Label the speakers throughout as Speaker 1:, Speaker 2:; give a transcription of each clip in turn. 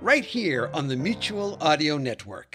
Speaker 1: right here on the Mutual Audio Network.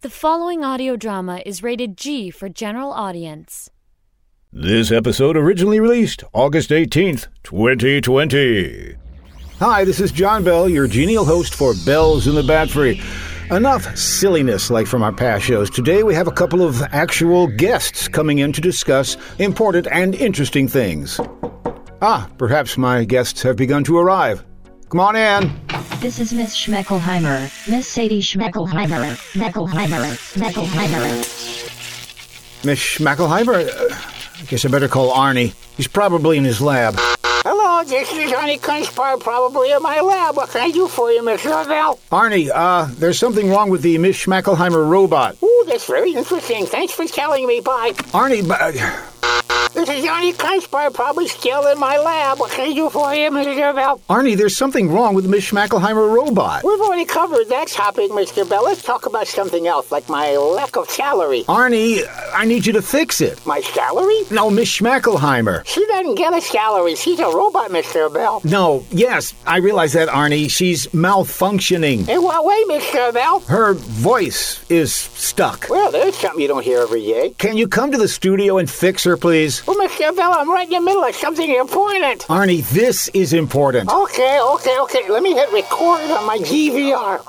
Speaker 2: The following audio drama is rated G for general audience.
Speaker 3: This episode originally released August 18th, 2020. Hi, this is John Bell, your genial host for Bells in the Bat Free. Enough silliness like from our past shows. Today we have a couple of actual guests coming in to discuss important and interesting things. Ah, perhaps my guests have begun to arrive. Come on in.
Speaker 4: This is Miss Schmeckelheimer, Miss Sadie Schmeckelheimer, Schmeckelheimer, Schmeckelheimer.
Speaker 3: Miss Schmackelheimer? I guess I better call Arnie. He's probably in his lab.
Speaker 5: Hello, this is Johnny Kunspar, probably in my lab. What can I do for you, Mr. Lavelle?
Speaker 3: Arnie, uh, there's something wrong with the Miss Schmackelheimer robot.
Speaker 5: Ooh, that's very interesting. Thanks for telling me. Bye.
Speaker 3: Arnie, but. uh,
Speaker 5: This is Johnny Kunspar, probably still in my lab. What can I do for you, Mr. Lavelle?
Speaker 3: Arnie, there's something wrong with the Miss Schmackelheimer robot.
Speaker 5: We've already covered that topic, Mr. Bell. Let's talk about something else, like my lack of salary.
Speaker 3: Arnie, I need you to fix it.
Speaker 5: My salary?
Speaker 3: No, Miss Schmackelheimer.
Speaker 5: She doesn't get a salary. She's a robot, Mr. Bell.
Speaker 3: No, yes, I realize that, Arnie. She's malfunctioning.
Speaker 5: In what way, Mr. Bell?
Speaker 3: Her voice is stuck.
Speaker 5: Well, there's something you don't hear every day.
Speaker 3: Can you come to the studio and fix her, please?
Speaker 5: Well, Mr. Bell, I'm right in the middle of something important.
Speaker 3: Arnie, this is important.
Speaker 5: Okay, okay, okay. Let me hit record on my DVR.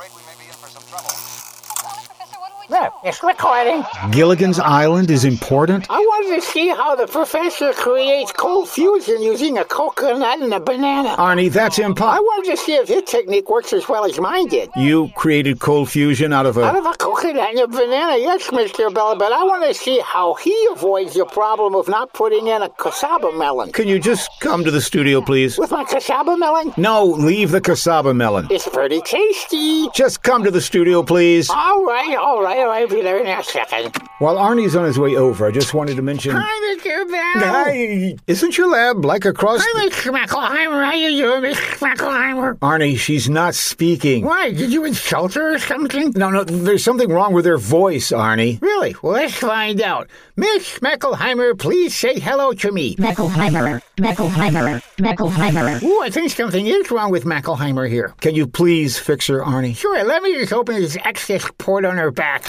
Speaker 5: There, it's recording.
Speaker 3: Gilligan's Island is important?
Speaker 5: I wanted to see how the professor creates cold fusion using a coconut and a banana.
Speaker 3: Arnie, that's
Speaker 5: I
Speaker 3: impossible.
Speaker 5: wanted to see if his technique works as well as mine did.
Speaker 3: You created cold fusion out of
Speaker 5: Out
Speaker 3: a.
Speaker 5: of a coconut and a banana, yes, Mr. Bell, but I want to see how he avoids the problem of not putting in a cassava melon.
Speaker 3: Can you just come to the studio, please?
Speaker 5: With my cassava melon,
Speaker 3: No, leave the cassava melon.
Speaker 5: it's pretty tasty.
Speaker 3: Just come to the studio, please.
Speaker 5: All right, all right, all right, I'll be there in a second.
Speaker 3: While Arnie's on his way over, I just wanted to mention.
Speaker 5: Hi, Mr. Bell.
Speaker 3: Hi. Isn't your lab like across?
Speaker 5: Hi, Miss Schmackelheimer. How you doing, Miss Schmackelheimer?
Speaker 3: Arnie, she's not speaking.
Speaker 5: Why, did you insult her or something?
Speaker 3: No, no, there's something wrong with her voice, Arnie.
Speaker 5: Really? Well, let's find out. Miss Schmackelheimer, please say hello to me.
Speaker 4: Meckelheimer, Meckelheimer, Meckelheimer.
Speaker 5: Ooh, I think something is wrong with Mackelheimer here.
Speaker 3: Can you please fix her, Arnie?
Speaker 5: Sure, let me just open this excess port on her back.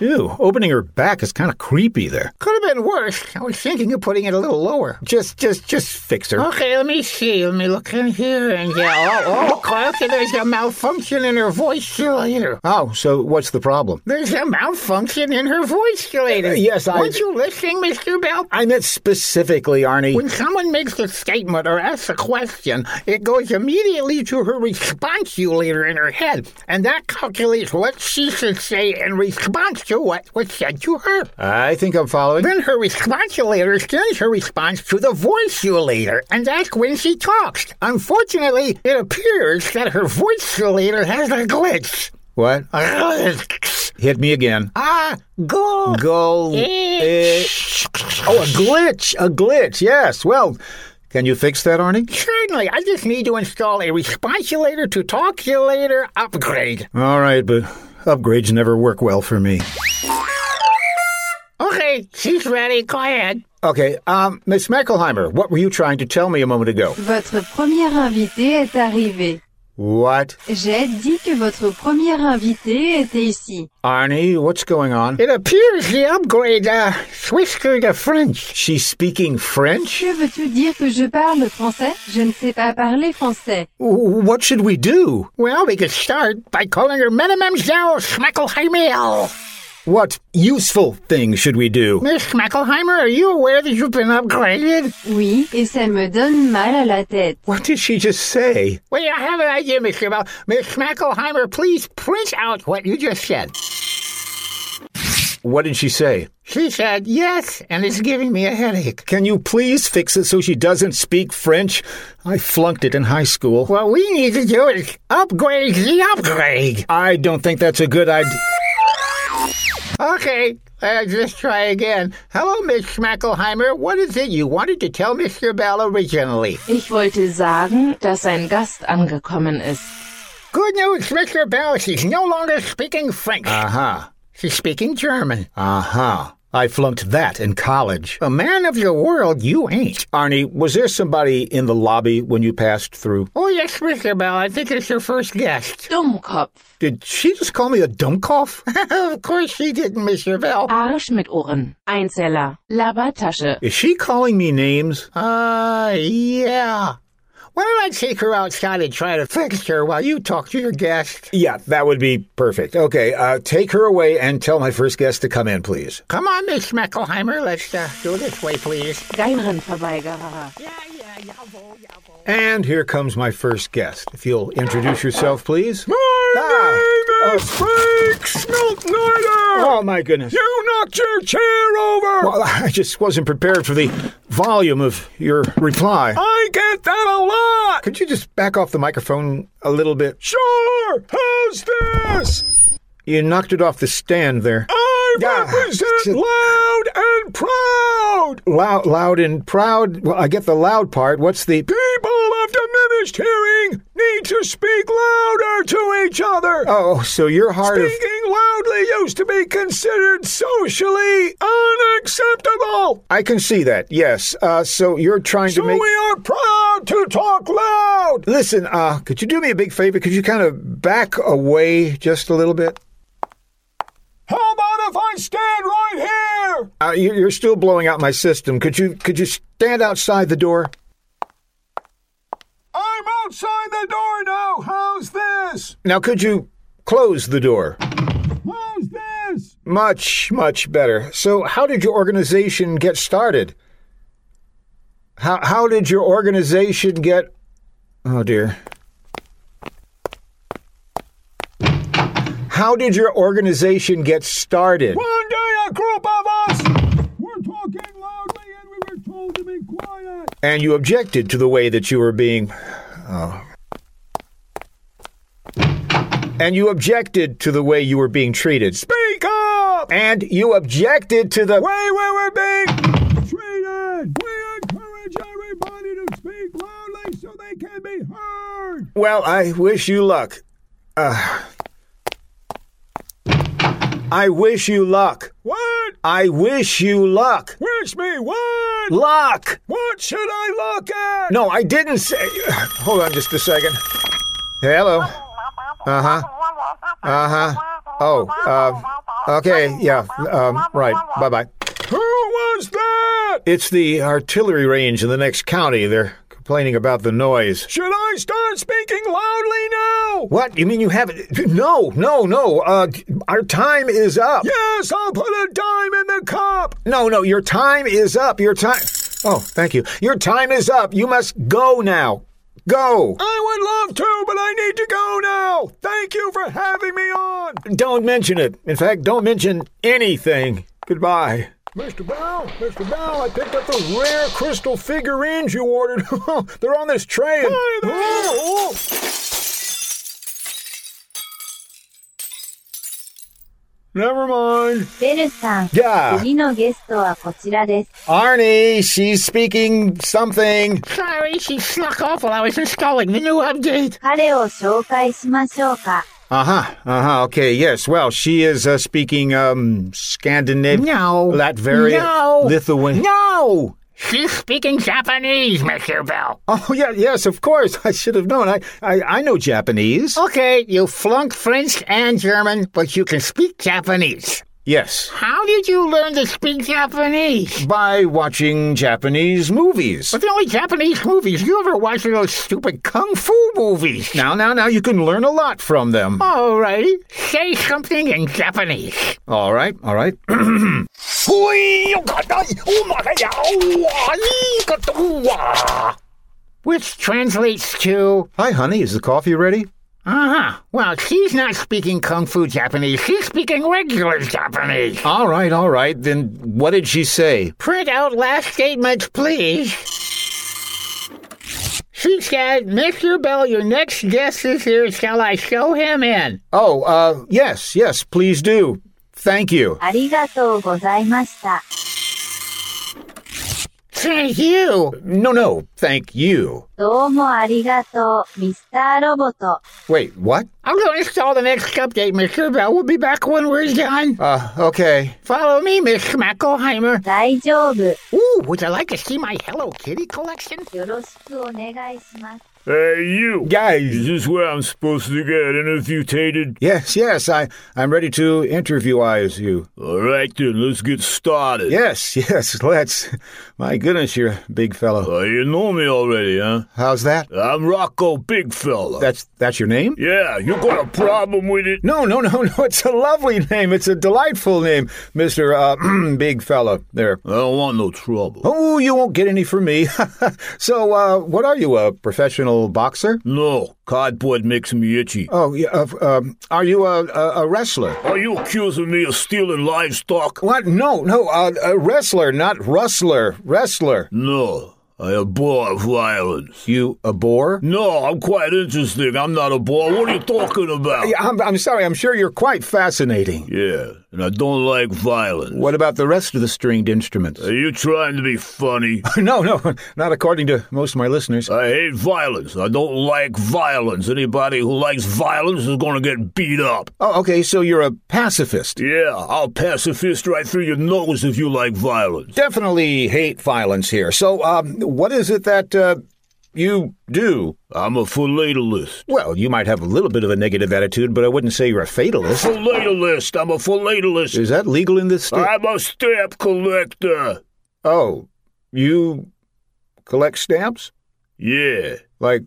Speaker 3: Ew, opening her back is kind of creepy there.
Speaker 5: Could have been worse. I was thinking of putting it a little lower.
Speaker 3: Just, just, just fix her.
Speaker 5: Okay, let me see. Let me look in here and yeah. Oh, oh, okay, there's a malfunction in her voice still
Speaker 3: Oh, so what's the problem?
Speaker 5: There's a malfunction in her voice
Speaker 3: Uh,
Speaker 5: chelator.
Speaker 3: yes, I-
Speaker 5: Weren't you listening, Mr. Bell?
Speaker 3: I meant specifically, Arnie.
Speaker 5: When someone makes a statement or asks a question, it goes immediately to her response chelator in her head, and that calculates what she should say in response to what was said to her.
Speaker 3: I think I'm following.
Speaker 5: Then her response later sends her response to the voice later, and that's when she talks. Unfortunately, it appears that her voice later has a glitch.
Speaker 3: What?
Speaker 5: A glitch.
Speaker 3: Hit me again.
Speaker 5: Ah, go.
Speaker 3: Go. eh,
Speaker 5: Certainly,
Speaker 3: Oh, a glitch. A glitch. Yes. Well, can you fix that, Arnie?
Speaker 5: I just need to install a responsulator to talkulator upgrade.
Speaker 3: All right, but upgrades never work well for me.
Speaker 5: Okay, she's ready. Go ahead.
Speaker 3: Okay, um, Miss Meckelheimer, what were you trying to tell me a moment ago?
Speaker 6: Votre première invitée est arrivée.
Speaker 3: What?
Speaker 6: J'ai dit que votre première invitée était ici.
Speaker 3: Arnie, what's going on?
Speaker 5: It appears the upgrade uh, switched her to French.
Speaker 3: She's speaking French?
Speaker 6: Que veux-tu dire que je parle français Je ne sais pas parler français.
Speaker 3: W- What should we do?
Speaker 5: Well, we could start by calling her Mademoiselle Schmeckelheimel.
Speaker 3: What useful thing should we do?
Speaker 5: Miss Schmeckelheimer, are you aware that you've been upgraded?
Speaker 6: Oui, et ça me donne mal à la tête.
Speaker 3: What did she just say?
Speaker 5: Wait, I have an idea, Mr. Bell. Miss Schmeckelheimer, please print out what you just said.
Speaker 3: What did she say?
Speaker 5: She said yes, and it's giving me a headache.
Speaker 3: Can you please fix it so she doesn't speak French? I flunked it in high school.
Speaker 5: What we need to do is upgrade the upgrade.
Speaker 3: I don't think that's a good idea.
Speaker 5: Okay, uh, just try again. Hello, Miss Schmackelheimer. What is it you wanted to tell Mr. Bell originally?
Speaker 6: Ich wollte sagen, dass ein Gast angekommen ist.
Speaker 5: Good news, Mr. Bell. She's no longer speaking French.
Speaker 3: Uh huh.
Speaker 5: She's speaking German.
Speaker 3: Uh huh. I flunked that in college.
Speaker 5: A man of your world, you ain't.
Speaker 3: Arnie, was there somebody in the lobby when you passed through?
Speaker 5: Oh, yes, Mr. Bell. I think it's your first guest.
Speaker 6: Dummkopf,
Speaker 3: Did she just call me a dumbcoff?
Speaker 5: of course she didn't, Mr. Bell.
Speaker 6: Arsch mit Ohren, Einzeller, Labertasche.
Speaker 3: Is she calling me names?
Speaker 5: Uh, yeah. Why don't I take her outside and try to fix her while you talk to your guest?
Speaker 3: Yeah, that would be perfect. Okay, uh, take her away and tell my first guest to come in, please.
Speaker 5: Come on, Miss Schmeckelheimer. Let's uh, go this way, please.
Speaker 6: Geinrenverweigerer.
Speaker 3: And here comes my first guest. If you'll introduce yourself, please.
Speaker 7: My
Speaker 3: Ah.
Speaker 7: name is Frank Smeltnider!
Speaker 3: Oh, my goodness.
Speaker 7: You knocked your chair over!
Speaker 3: Well, I just wasn't prepared for the volume of your reply.
Speaker 7: I get that a lot!
Speaker 3: Could you just back off the microphone a little bit?
Speaker 7: Sure! How's this?
Speaker 3: You knocked it off the stand there.
Speaker 7: I
Speaker 3: Yeah, it's
Speaker 7: represent
Speaker 3: a-
Speaker 7: loud and proud!
Speaker 3: Loud, loud and proud. Well, I get the loud part. What's the?
Speaker 7: People of diminished hearing need to speak louder to each other!
Speaker 3: Oh, so you're hard of.
Speaker 7: Speaking loudly used to be considered socially unacceptable!
Speaker 3: I can see that. Yes. Uh, so you're trying
Speaker 7: So
Speaker 3: to make.
Speaker 7: we are proud to talk loud!
Speaker 3: Listen. Uh, could you do me a big favor? Could you kind of back away just a little bit?
Speaker 7: How about if I stand right here?
Speaker 3: Uh, you- you're still blowing out my system. Could you? Could you stand outside the door?
Speaker 7: I'm outside the door now. How's this?
Speaker 3: Now, could you close the door?
Speaker 7: How's this?
Speaker 3: Much, much better. So, how did your organization get started? How how did your organization get? Oh dear. How did your organization get started?
Speaker 7: One day, a group of us were talking loudly and we were told to be quiet.
Speaker 3: And you objected to the way that you were being. Oh. And you objected to the way you were being treated.
Speaker 7: Speak up!
Speaker 3: And you objected to the.
Speaker 7: Way we were being treated. We encourage everybody to speak loudly so they can be heard.
Speaker 3: Well, I wish you luck. Uh, I wish you luck.
Speaker 7: What?
Speaker 3: I wish you luck.
Speaker 7: Wish me what?
Speaker 3: Luck!
Speaker 7: What should I look at?
Speaker 3: No, I didn't say. Hold on just a second. Hello. Uh huh. Uh huh. Oh, uh, okay, yeah, um, right. Bye bye.
Speaker 7: Who was that?
Speaker 3: It's the artillery range in the next county. They're complaining about the noise.
Speaker 7: Should I start speaking loudly now?
Speaker 3: What? You mean you haven't? No, no, no. Uh, our time is up.
Speaker 7: Yes, I'll put a dime in the cup.
Speaker 3: No, no, your time is up. Your time. Oh, thank you. Your time is up. You must go now. Go.
Speaker 7: I would love to, but I need to go now. Thank you for having me on.
Speaker 3: Don't mention it. In fact, don't mention anything. Goodbye. Mr. Bell, Mr. Bell, I picked up those rare crystal figurines you ordered. They're on this train.
Speaker 7: Hi there.
Speaker 3: Oh, oh. Never mind.
Speaker 4: ベルさん、
Speaker 3: Yeah.
Speaker 4: 次のゲストはこちらです。
Speaker 3: Arnie, she's speaking something.
Speaker 5: Sorry, she snuck off while I was installing the new update.
Speaker 4: 彼を紹介しましょうか。
Speaker 3: Uh huh. Uh huh. Okay. Yes. Well, she is uh, speaking um Scandinavian,
Speaker 5: No.
Speaker 3: Latvian,
Speaker 5: No.
Speaker 3: Lithuanian.
Speaker 5: No! She's speaking Japanese, Mr. Bell.
Speaker 3: Oh yeah. Yes. Of course. I should have known. I I, I know Japanese.
Speaker 5: Okay, you flunked French and German, but you can speak Japanese.
Speaker 3: Yes.
Speaker 5: How did you learn to speak Japanese?
Speaker 3: By watching Japanese movies.
Speaker 5: But the only Japanese movies you ever watched are those stupid kung fu movies.
Speaker 3: Now, now, now, you can learn a lot from them.
Speaker 5: Oh. Alrighty, say something in Japanese.
Speaker 3: All right, all right.
Speaker 5: Which translates to
Speaker 3: Hi, honey. Is the coffee ready?
Speaker 5: Uh huh. Well, she's not speaking Kung Fu Japanese. She's speaking regular Japanese.
Speaker 3: All right, all right. Then what did she say?
Speaker 5: Print out last statements, please. She said, Mr. Bell, your next guest is here. Shall I show him in?
Speaker 3: Oh, uh, yes, yes, please do. Thank you.
Speaker 4: ありがとうございました。
Speaker 5: Thank you.
Speaker 3: No, no, thank you.
Speaker 4: どうもありがとう、ミスターロボト。
Speaker 3: Wait, what?
Speaker 5: I'm going to install the next update, Mr. Bell. We'll be back when we're done.
Speaker 3: Uh, okay.
Speaker 5: Follow me, Miss Schmackelheimer.
Speaker 4: 大丈夫。よ
Speaker 5: Ooh, would you like to see my Hello Kitty collection?
Speaker 4: ろしくお願いします。
Speaker 8: Hey, you! Is
Speaker 3: Guys.
Speaker 8: this where I'm supposed to get interviewed?
Speaker 3: Yes, yes, I, I'm ready to interviewize you.
Speaker 8: Alright then, let's get started.
Speaker 3: Yes, yes, let's. My goodness, you're a big fellow.
Speaker 8: Uh, you know me already, huh?
Speaker 3: How's that?
Speaker 8: I'm Rocco Big Fella.
Speaker 3: That's, that's your name?
Speaker 8: yeah, you got a problem with it?
Speaker 3: No, no, no, no. It's a lovely name. It's a delightful name, Mr. Uh, big Fellow there.
Speaker 8: I don't want no trouble.
Speaker 3: Oh, you won't get any from me. so, uh, what are you, a professional boxer?
Speaker 8: No, cardboard makes me itchy.
Speaker 3: Oh, yeah, uh, um, are you a, a, a wrestler?
Speaker 8: Are you accusing me of stealing livestock?
Speaker 3: What? No, no, uh, a wrestler, not rustler. Wrestler.
Speaker 8: No, I abhor violence.
Speaker 3: You a bore?
Speaker 8: No, I'm quite interesting. I'm not a bore. What are you talking about?
Speaker 3: Yeah, I'm, I'm sorry, I'm sure you're quite fascinating.
Speaker 8: Yeah, and I don't like violence.
Speaker 3: What about the rest of the stringed instruments?
Speaker 8: Are you trying to be funny?
Speaker 3: No, no, not according to most of my listeners.
Speaker 8: I hate violence. I don't like violence. Anybody who likes violence is going to get beat up.
Speaker 3: Oh, okay, so you're a pacifist.
Speaker 8: Yeah, I'll pass a fist right through your nose if you like violence.
Speaker 3: definitely hate violence here. So, um, what is it that uh, you do?
Speaker 8: I'm a philatelist.
Speaker 3: Well, you might have a little bit of a negative attitude, but I wouldn't say you're a fatalist.
Speaker 8: Philatelist. I'm a philatelist.
Speaker 3: Is that legal in this state?
Speaker 8: I'm a stamp collector.
Speaker 3: oh, you collect stamps?
Speaker 8: Yeah.
Speaker 3: Like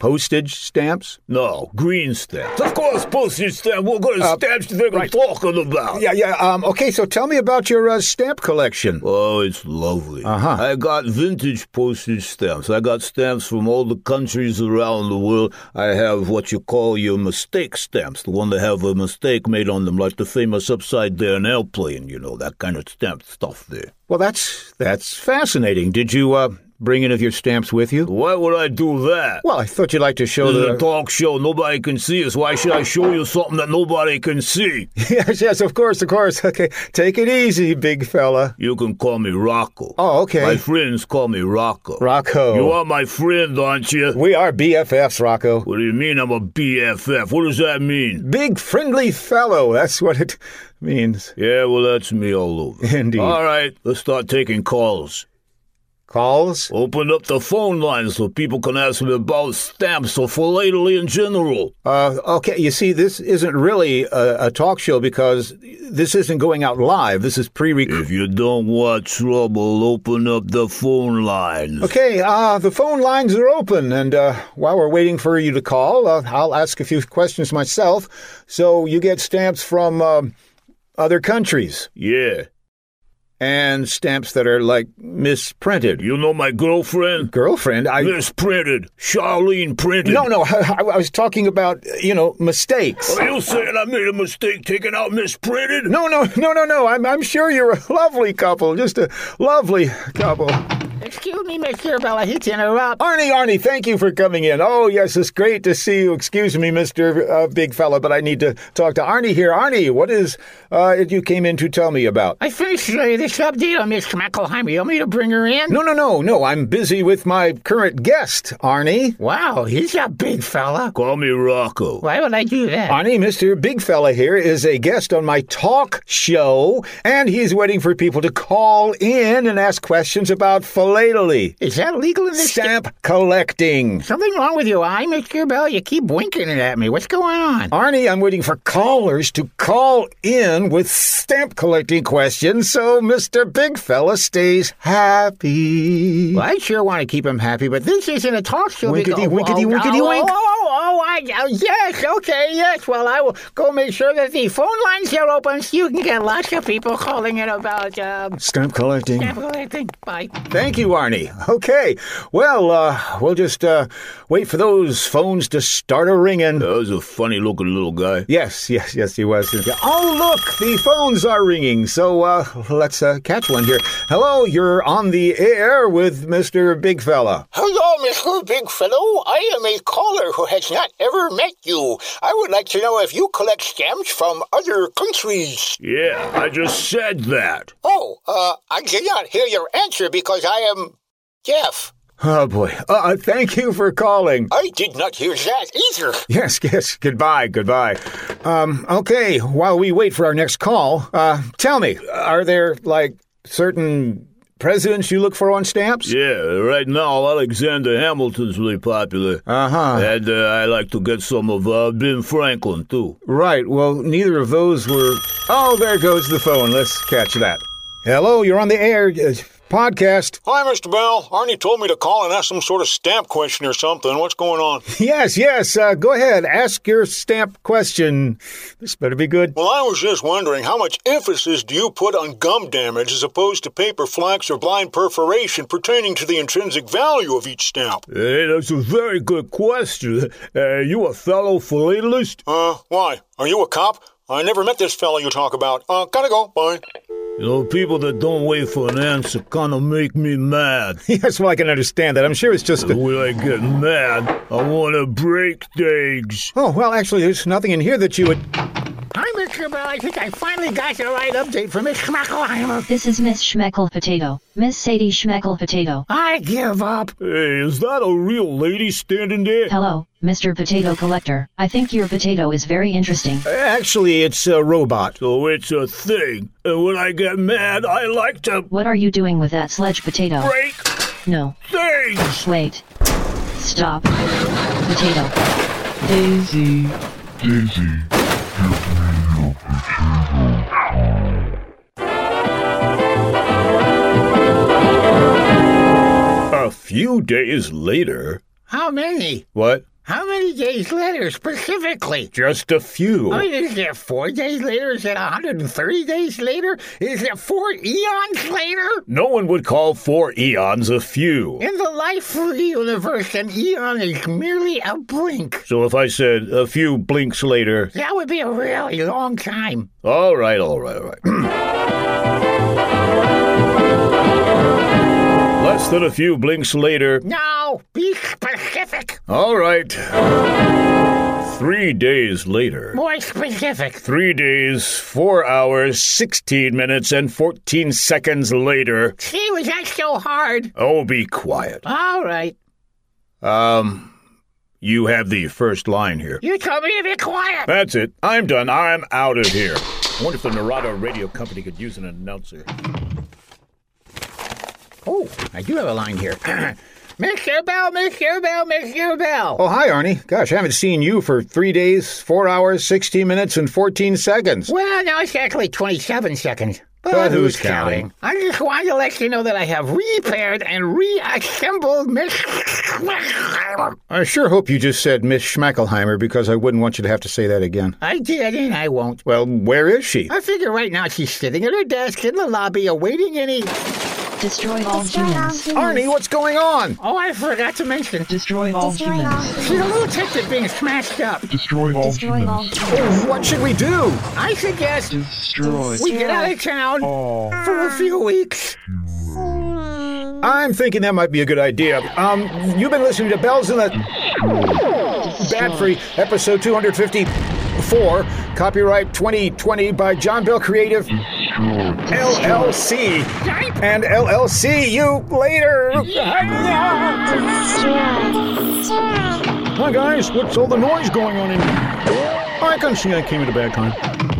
Speaker 3: postage stamps?
Speaker 8: No, green stamps. Of course, postage stamp. What kind of
Speaker 3: Uh,
Speaker 8: stamps do you think
Speaker 3: right.
Speaker 8: I'm talking about?
Speaker 3: Yeah, yeah. Um, okay, so tell me about your uh, stamp collection.
Speaker 8: Oh, it's lovely.
Speaker 3: Uh-huh.
Speaker 8: I got vintage postage stamps. I got stamps from all the countries around the world. I have what you call your mistake stamps, the one that have a mistake made on them, like the famous upside down airplane, you know, that kind of stamp stuff there.
Speaker 3: Well, that's that's fascinating. Did you uh, bring any of your stamps with you? Mm-hmm.
Speaker 8: Why would I do that?
Speaker 3: Well, I thought you'd like to show
Speaker 8: This is
Speaker 3: the.
Speaker 8: a talk show. Nobody can see us. Why should I show you something that nobody can see?
Speaker 3: yes, yes, of course, of course. Okay, take it easy, big fella.
Speaker 8: You can call me Rocco.
Speaker 3: Oh, okay.
Speaker 8: My friends call me Rocco.
Speaker 3: Rocco.
Speaker 8: You are my friend, aren't you?
Speaker 3: We are BFFs, Rocco.
Speaker 8: What do you mean I'm a BFF? What does that mean?
Speaker 3: Big friendly fellow. That's what it means.
Speaker 8: Yeah, well, that's me all over.
Speaker 3: Indeed.
Speaker 8: All right, let's start taking calls.
Speaker 3: Calls?
Speaker 8: Open up the phone line so people can ask me about stamps or philately in general.
Speaker 3: Uh, okay, you see, this isn't really a, a talk show because this isn't going out live. This is pre recorded.
Speaker 8: If you don't want trouble, open up the phone lines.
Speaker 3: Okay, uh, the phone lines are open, and uh, while we're waiting for you to call, uh, I'll ask a few questions myself. So you get stamps from um, other countries
Speaker 8: Yeah.
Speaker 3: and stamps that are like misprinted.
Speaker 8: You know my girlfriend?
Speaker 3: Girlfriend, I.
Speaker 8: This printed. Charlene printed.
Speaker 3: No, no, I, I was talking about, you know, mistakes.
Speaker 8: Are you saying I made a mistake taking out misprinted?
Speaker 3: No, no, no, no, no. I'm, I'm sure you're a lovely couple. Just a lovely couple.
Speaker 5: Excuse me, Mr. Bell. I hate to interrupt.
Speaker 3: Arnie, Arnie, thank you for coming in. Oh, yes, it's great to see you. Excuse me, Mr. Uh, big Fella, but I need to talk to Arnie here. Arnie, what is uh, it you came in to tell me about?
Speaker 5: I finished uh, this update on Miss Schmackelheimer. You want me to bring her in?
Speaker 3: No, no, no, no. I'm busy with my current guest, Arnie.
Speaker 5: Wow, he's a big fella.
Speaker 8: Call me Rocco.
Speaker 5: Why would I do that?
Speaker 3: Arnie, Mr. Big Fella here is a guest on my talk show, and he's waiting for people to call in and ask questions about philately,
Speaker 5: Is that legal in this
Speaker 3: stamp collecting.
Speaker 5: Something wrong with your eye, Mr. Bell? You keep winking it at me. What's going on?
Speaker 3: Arnie, I'm waiting for callers to call in with stamp collecting questions so Mr. Big Fella stays happy.
Speaker 5: Well, I sure want to keep him happy, but this isn't a talk show.
Speaker 3: Winkety,
Speaker 5: because-
Speaker 3: winkety,
Speaker 5: oh,
Speaker 3: winkety,
Speaker 5: oh,
Speaker 3: wink.
Speaker 5: Oh, oh, oh, I uh, yes, okay, yes. Well, I will go make sure that the phone lines are open so you can get lots of people calling in about uh,
Speaker 3: Stamp collecting.
Speaker 5: stamp collecting. Bye.
Speaker 3: Thank you, Arnie. Okay. Well, uh, we'll just uh, wait for those phones to start a ringing.
Speaker 8: That was a funny looking little guy.
Speaker 3: Yes, yes, yes, he was. Oh, look, the phones are ringing. So uh, let's uh, catch one here. Hello, you're on the air with Mr. Big Fella.
Speaker 5: Hello, Mr. Big Fellow. I am a caller who has not ever met you. I would like to know if you collect stamps from other countries.
Speaker 8: Yeah, I just said that.
Speaker 5: Oh, uh, I did not hear your answer because I am deaf.
Speaker 3: Oh, boy. Uh, Uh, thank you for calling.
Speaker 5: I did not hear that either.
Speaker 3: Yes, yes. Goodbye, goodbye. Um, okay, while we wait for our next call, uh, tell me, are there, like, certain presidents you look for on stamps?
Speaker 8: Yeah, right now Alexander Hamilton's really popular.
Speaker 3: Uh-huh.
Speaker 8: And uh, I like to get some of uh, Ben Franklin, too.
Speaker 3: Right, well, neither of those were. Oh, there goes the phone. Let's catch that. Hello, you're on the air. uh, Podcast.
Speaker 9: Hi, Mr. Bell. Arnie told me to call and ask some sort of stamp question or something. What's going on?
Speaker 3: Yes, yes. Uh, go ahead. Ask your stamp question. This better be good.
Speaker 9: Well, I was just wondering how much emphasis do you put on gum damage as opposed to paper flax or blind perforation pertaining to the intrinsic value of each stamp?
Speaker 8: Hey, that's a very good question. Uh, you a fellow philatelist?
Speaker 9: Uh, why? Are you a cop? I never met this fellow you talk about. Uh, gotta go. Bye.
Speaker 8: You know, people that don't wait for an answer kind of make me mad.
Speaker 3: Yes, well, I can understand that. I'm sure it's just. A...
Speaker 8: when I get mad, I want to break things.
Speaker 3: Oh, well, actually, there's nothing in here that you would.
Speaker 5: Hi, Mr. Bell. I think I finally got the right update from Miss Schmackelheimer.
Speaker 4: This is Miss Schmeckel Potato. Miss Sadie Schmeckel Potato.
Speaker 5: I give up.
Speaker 8: Hey, is that a real lady standing there?
Speaker 4: Hello, Mr. Potato Collector. I think your potato is very interesting.
Speaker 3: Actually, it's a robot.
Speaker 8: So it's a thing. And when I get mad, I like to
Speaker 4: What are you doing with that sledge potato?
Speaker 8: break
Speaker 4: No,
Speaker 8: things.
Speaker 4: wait. Stop. Potato. Daisy.
Speaker 8: A few days later.
Speaker 5: How many?
Speaker 8: What?
Speaker 5: How many days later specifically?
Speaker 8: Just a few.
Speaker 5: I mean, is it four days later? Is it 130 days later? Is it four eons later?
Speaker 8: No one would call four eons a few.
Speaker 5: In the life of the universe, an eon is merely a blink.
Speaker 8: So if I said a few blinks later,
Speaker 5: That would be a really long time.
Speaker 8: all right, all right, all right. Less than a few blinks later,
Speaker 5: No, be specific.
Speaker 8: all right. Three days later.
Speaker 5: More specific.
Speaker 8: Three days, four hours, 16 minutes, and 14 seconds later.
Speaker 5: Gee, was that so hard?
Speaker 8: Oh, be quiet.
Speaker 5: All right.
Speaker 8: Um, you have the first line here.
Speaker 5: You told me to be quiet.
Speaker 8: That's it. I'm done. I'm out of here. I wonder if the Narada Radio Company could use an announcer.
Speaker 5: Oh, I do have a line here. Mr. Bell, Mr. Bell, Mr. Bell.
Speaker 3: Oh, hi, Arnie. Gosh, I haven't seen you for three days, four hours, 16 minutes, and 14 seconds.
Speaker 5: Well, no, it's actually 27 seconds. But,
Speaker 3: who's counting?
Speaker 5: I just wanted to let you know that I have repaired and reassembled Miss.
Speaker 3: I sure hope you just said Miss Schmackelheimer because I wouldn't want you to have to say that again.
Speaker 5: I did, and I won't.
Speaker 3: Well, where is she?
Speaker 5: I figure right now she's sitting at her desk in the lobby awaiting any.
Speaker 4: Destroy all humans.
Speaker 3: Arnie, what's going on?
Speaker 5: Oh, I forgot to mention.
Speaker 4: Destroy all humans.
Speaker 5: She's a little tipped at being smashed up.
Speaker 4: Destroy all humans.
Speaker 3: What should we do?
Speaker 5: I suggest we get out of town for a few weeks.
Speaker 3: I'm thinking that might be a good idea. Um, you've been listening to Bells in the Bad Free, episode 254, copyright 2020 by John Bell Creative LLC. And LLC, you later. Hi, guys. What's all the noise going on in here? I can see I came at a bad time.